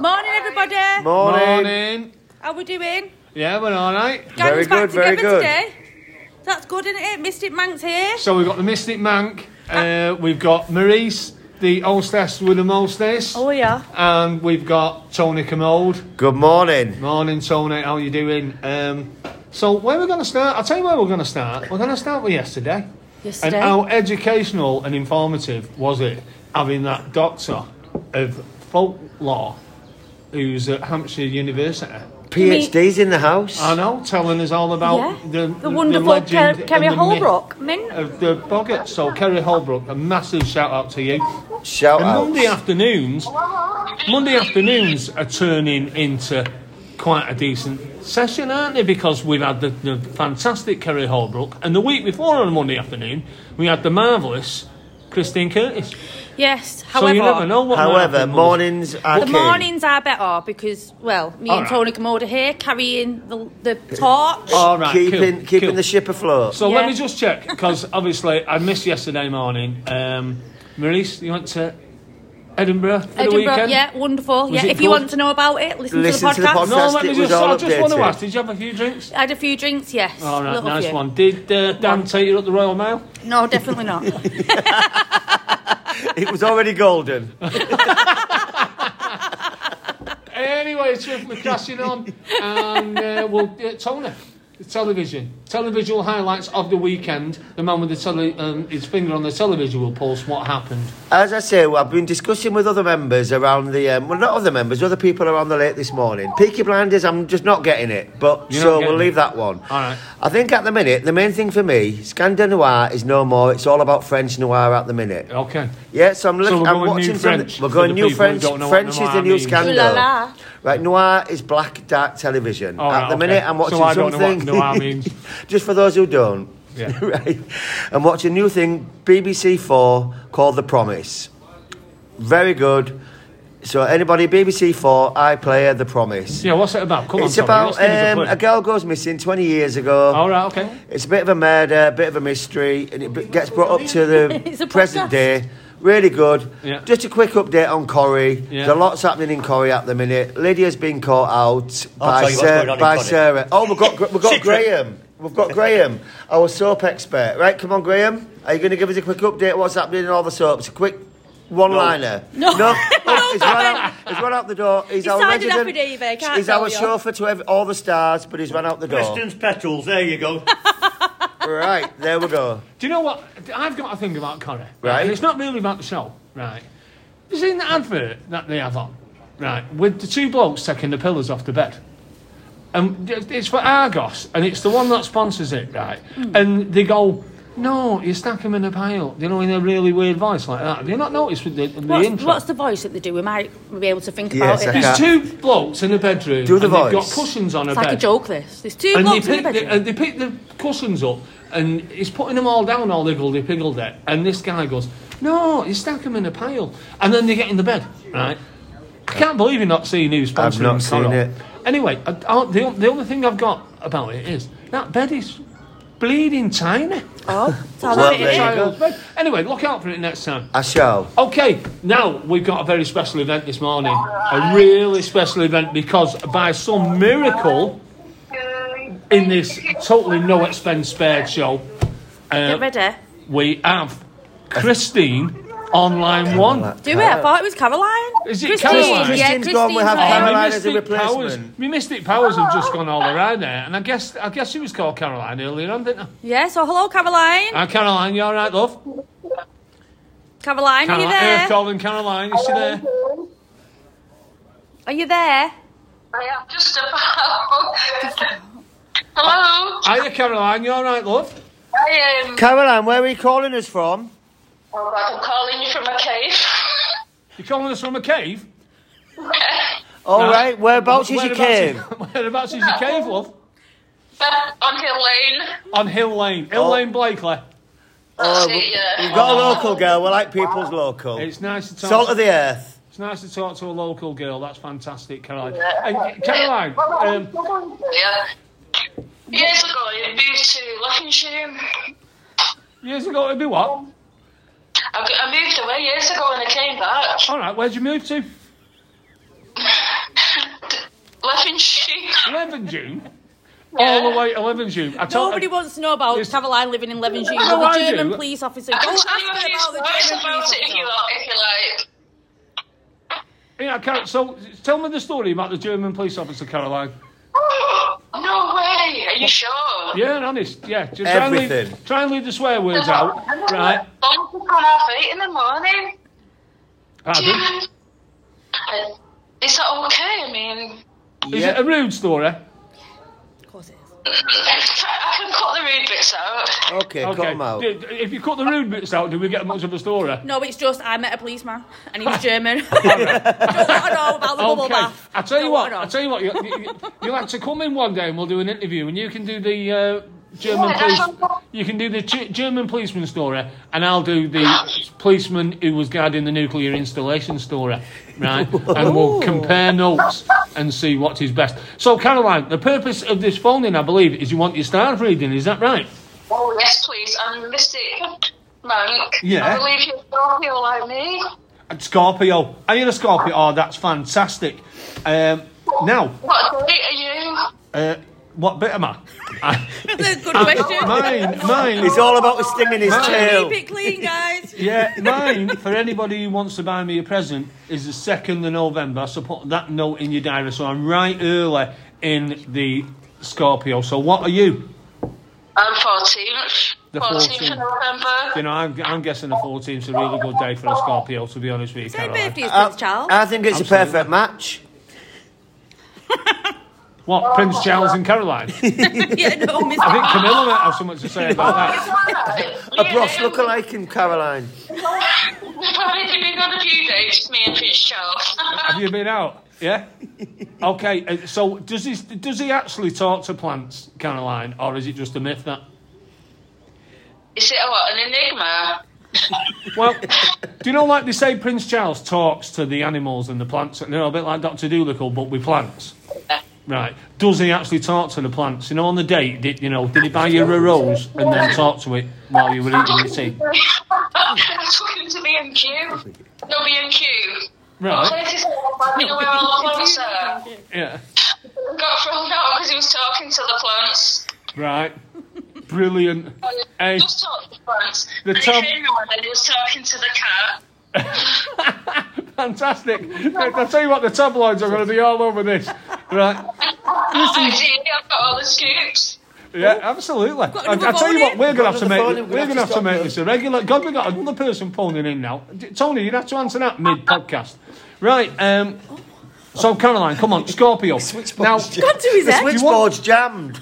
Morning, everybody. Morning. How we doing? Yeah, we're all right. Gang's Very back good, very together good. today. That's good, isn't it? Mystic Manx here. So we've got the Mystic Mank. Uh, we've got Maurice, the Oldstess with the Molstess. Oh yeah. And we've got Tony Commode. Good morning. Morning, Tony. How you doing? Um, so where we're going to start? I'll tell you where we're going to start. We're going to start with yesterday. Yesterday. And how educational and informative was it having that doctor of folklore who's at Hampshire University? PhD's in the house. I know, telling us all about yeah. the, the wonderful legend Ker- and Kerry the myth Holbrook. Min. of the Boggart. So Kerry Holbrook, a massive shout out to you. Shout and out. Monday afternoons, Monday afternoons are turning into quite a decent session, aren't they? Because we've had the, the fantastic Kerry Holbrook, and the week before on a Monday afternoon, we had the marvellous Christine Curtis. Yes. so However, you never know what. might However, happen Monday. mornings are the king. mornings are better because well, me and Alright. Tony come over here carrying the the torch. All right, keeping cool, keeping cool. the ship afloat. So Yeah. let me just check because obviously I missed yesterday morning. Um, Maurice, you went to Edinburgh for the Edinburgh, weekend. yeah, wonderful. yeah, it if you good? want to know about it, listen, Listen to the podcast. No, let Fantastic, me it was just. all I just want to updated. ask. Did you have a few drinks? I had a few drinks, yes. All right, Little Oh, nice few. one. Did uh, Dan take you up the Royal Mail? No, definitely not. it was already golden. Anyway, it's swiftly crashing on, and uh, we'll uh, Tony. the Television, televisual highlights of the weekend. The man with the tele, um, his finger on the television will pulse. What happened? As I say, I've been discussing with other members around the um, well, not other members, other people around the lake this morning. Peaky Blinders, I'm just not getting it, but You're not so getting we'll it. leave that one. All right. I think at the minute, the main thing for me, Scandinoir is no more. It's all about French noir at the minute. Okay. Yeah, so I'm looking. we're I'm going new watching some- French We're for going the new people who French. don't know what French is noir the new means. scandal. Ooh la la. Right, noir is black dark television. All At right, the Oh, okay. minute, I'm watching So I don't know what something. noir means. Just for those who don't, Yeah. right? I'm watching a new thing, BBC Four, called The Promise. Very good. So anybody, BBC Four, iPlayer, The Promise. Yeah, what's it about? Come It's on, Tony, about let's give us um, a, Oh, a clue. girl goes missing 20 years ago. All right, okay. It's a bit of a murder, a bit of a mystery, and it b- gets brought up to It's a the podcast. present day. Really good. Yeah. Just a quick update on Corrie. Yeah. There's a lot's happening in Corrie at the minute. Lydia's been caught out I'll by, tell you what's Sar- going on in by Corrie. Sarah. Oh, we've got, Gr- we've got Secret. Graham. We've got Graham, our soap expert. Right, come on, Graham. Are you going to give us a quick update? What's happening in all the soaps? A quick one-liner. No. no. he's, run out, he's run out the door. He's, He's our signed an resident. affidavit, can't he's tell our you. chauffeur to ev- all the stars, but he's run out the door. Preston's petals, there you go. Right, there we go. Do you know what? I've got a thing about Connor. Right. And it's not really about the show. Right. You seen the advert that they have on? Right. With the two blokes taking the pillows off the bed. And it's for Argos, and it's the one that sponsors it, right? Hmm. And they go, no, you stack them in a pile. You know, in a really weird voice like that. Have you not noticed with the, the What's, intro? what's the voice that they do? We might be able to think Yes, about I it. can. now. There's two blokes in a bedroom. Do the and They've got voice. cushions on It's a like a bed. joke. This. There's two And they, blocks in the pick the, bedroom. and they pick the cushions up and he's putting them all down all higgledy piggledy. And this guy goes, No, you stack them in a pile. And then they get in the bed, right? I can't believe you're not seeing who's sponsoring I've not seen Coral. it. Anyway, I, I, the, the only thing I've got about it is that bed is bleeding tiny. oh, it's all Well, right, there it you is. go. Child's bed. Anyway, look out for it next time. I shall. Okay, now we've got a very special event this morning. A really special event because by some miracle in this totally no expense spared show, Get uh, ready. we have Christine Online One. Do it. I thought it was Caroline. Is it Christine? Caroline? Yeah, Christine's gone, we have Christine's Caroline. right. my as a Mystic Powers, replacement. my Mystic Powers have just gone all around there, and I guess I guess she was called Caroline earlier on, didn't I? Yeah, so hello, Caroline. Ah, Caroline, you all right, love? Caroline, are you Caroline, there? Earth calling Caroline, is she there? Are you there? Yeah, just about. Hello, Hiya, Caroline, you all right, love? I am. Caroline, where are you calling us from? I'm calling you from a cave. You calling us from a cave? All right, whereabouts is your Whereabouts cave? Whereabouts is your cave, love? On Hill Lane. On Hill Lane. Hill Oh. Lane Blakely. That's Oh, it, We've yeah. got a local girl. We like people's local. It's nice to talk. Salt of the earth. it's nice to talk to a local girl. That's fantastic, Caroline. And Caroline, um, Yeah. Years ago, it moved to Lockenshire. years ago it'd be what? I, I moved away years ago and I came back. All right, where'd you move to? Shoe. 11 June. All the way 11 June. I told, uh, Nobody wants to know about It's- Cavaline living in Levenshulme with No, a I German do. police officer. I can Don't ask tell you a me few about the stories German about it if police you officer. like. If you like. Yeah, Car- so tell me the story about the German police officer, Caroline. no way. Are you sure? Yeah, honest. Yeah, just try and, Everything. leave, try and leave the swear words out. Right. I'm up at half eight in the morning. Pardon? Uh, Is that okay? I mean, Is it a rude story? Of course it is. I can cut the rude bits out. Okay, cut Okay. them out. D- If you cut the rude bits out, do we get much of a story? No, it's just I met a policeman and he was German. Don't want to know about the bubble Okay. bath. I tell you Don't what. wanna I know. tell you what. You, you, you'll have to come in one day and we'll do an interview, and you can do the uh, German Yeah, police. that's what- You can do the G- German policeman story, and I'll do the policeman who was guarding the nuclear installation story, right? and we'll compare notes and see what is best. So, Caroline, the purpose of this phone-in, I believe, is you want your stars reading. Is that right? Oh, yes, please. I'm Mystic Monk. Yeah. I believe you're Scorpio like me. And Scorpio. Are you a Scorpio? Oh, that's fantastic. Um, now, What date are you? uh, what bit am I? That's a good question. Mine, mine. It's all about the sting in his Mine. tail. Keep it clean, guys. Yeah, mine, for anybody who wants to buy me a present, is the 2nd of November. So put that note in your diary. So I'm right early in the Scorpio. So what are you? I'm 14th. The 14th of 14th. November. You know, I'm, I'm guessing the 14th is a really good day for a Scorpio, to be honest with you, Same Caroline. birthday as I, Prince Charles. I think it's a Absolutely. perfect match. What, Prince Charles and Caroline? I think yeah, no, Mr. Camilla might have something to say about that. A Bros look alike in Caroline. We've already been on a few dates, me and Prince Charles. Have you been out? Yeah? Okay, uh, so does he, does he actually talk to plants, Caroline, or is it just a myth that? Is it a what, an enigma? Well, do you know, like they say, Prince Charles talks to the animals and the plants, you know, a bit like Dr. Doolittle, but with plants. Right. Does he actually talk to the plants? You know, on the date, did, you know, did he buy you a rose and then talk to it while you were eating your tea? I'm talking to B&Q. No, B&Q. Right. You know where all the plants are? Yeah. Got thrown out because he was talking to the plants. Right. Brilliant. Hey. Just talk to the plants. The and top- he came around and he was talking to the cat. Fantastic. I'll tell you what, the tabloids are going to be all over this. Right. Oh, I did, I've got all the scoops. Yeah, absolutely. I, I another tell you phone what, in? we're going to have to another make phone thi- in, we're going to have to stop make them. this a regular. God, we got another person phoning in now. D- Tony, you'd have to answer that mid podcast, Ah, right? Um, oh. so Caroline, come on, Scorpio. Now, do Gone to his The head. switchboard's jammed.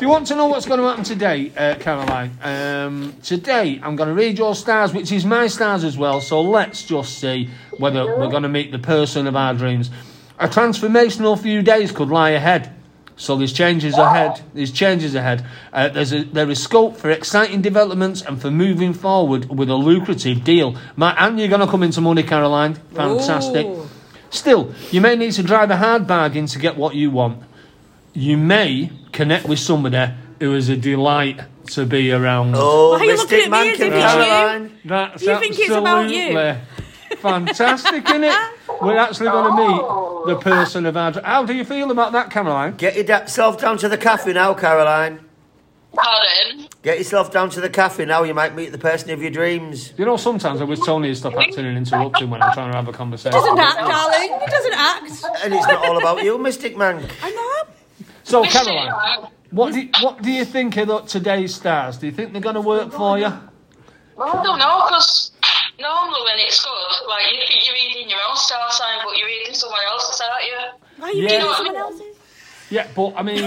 you want to know what's going to happen today, uh, Caroline? Um, today, I'm going to read your stars, which is my stars as well. So let's just see whether we're going to meet the person of our dreams. A transformational few days could lie ahead. So there's changes ahead. There's changes ahead. Uh, there's a, there is scope for exciting developments and for moving forward with a lucrative deal. My, and you're going to come into money, Caroline. Fantastic. Ooh. Still, you may need to drive a hard bargain to get what you want. You may connect with somebody who is a delight to be around. Oh, Why are you looking Mystic at me Man as King if it's you? Caroline. That's You think it's about you? absolutely Fantastic, isn't it? We're actually going to meet the person of our. How do you feel about that, Caroline? Get yourself down to the cafe now, Caroline. Pardon? Get yourself down to the cafe now. You might meet the person of your dreams. You know, sometimes I wish Tony would stop acting and interrupting when I'm trying to have a conversation. doesn't act, darling. He doesn't act. And it's not all about you, Mystic Man. I know. So, Mr. Caroline, Right. what do, you, what do you think of the- today's stars? Do you think they're going to work for you? Well, I don't know, because normally when it's good, like, you think you're reading your own star sign, but you're reading someone else's, aren't you? Why are you Yeah. doing someone else's? Yeah, but I mean,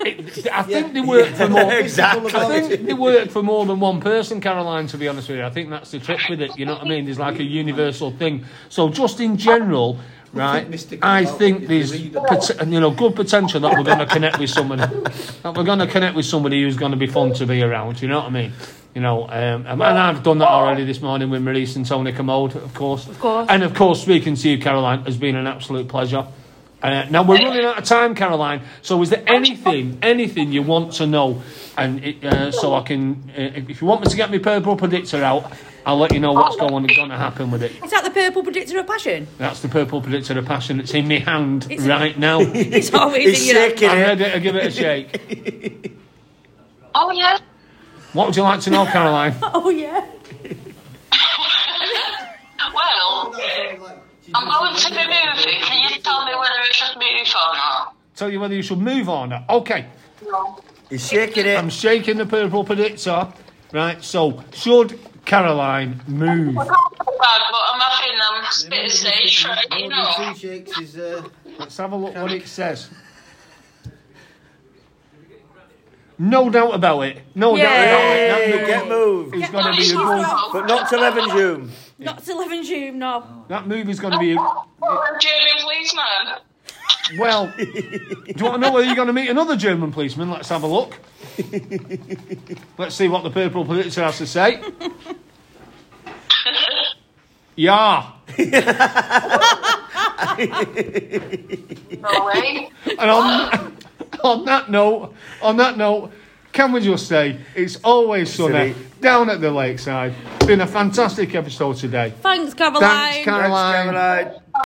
it, I think they work for more. Exactly. I think they work for more than one person, Caroline. To be honest with you, I think that's the trick with it. You know what I mean? There's like a universal thing. So just in general, right? I think there's pot- you know good potential that we're going to connect with somebody. That we're going to connect with somebody who's going to be fun to be around. You know what I mean? You know, um, and and I've done that already this morning with Maurice and Tony Commode, of course. Of course. And of course, speaking to you, Caroline, has been an absolute pleasure. Uh, now we're running out of time, Caroline. So is there anything, anything you want to know? And it, uh, so I can, uh, if- if you want me to get my purple predictor out, I'll let you know what's going going to happen with it. Is that the purple predictor of passion? That's the purple predictor of passion. It's in my hand It's- right now. I'm It's always He's in your shaking it. ready to give it a shake. Oh yeah. What would you like to know, Caroline? Oh yeah. Well, I'm going to the movie. Can you tell me whether I should move or not? Tell you whether you should move on. or not. Okay. No. He's shaking it. I'm shaking the purple predictor. Right, so should Caroline move? I can't feel bad, but I'm having um, spit stage fright, you know. shakes is uh, Let's have a look what it says. No doubt about it. No Yay, doubt about it. That Hey, move get moved. is going to be a No, good. no. But not till 11 June. Not till 11 June, no. That move is going to be a, Oh, German policeman. well. do you want to know whether you're going to meet another German policeman? Let's have a look. Let's see what the purple predictor has to say. Yeah, No way. and on on that note, on that note, can we just say it's always sunny Sunny. down at the lakeside. Been a fantastic episode today. Thanks, Caroline. Thanks, Caroline. Thanks, Caroline.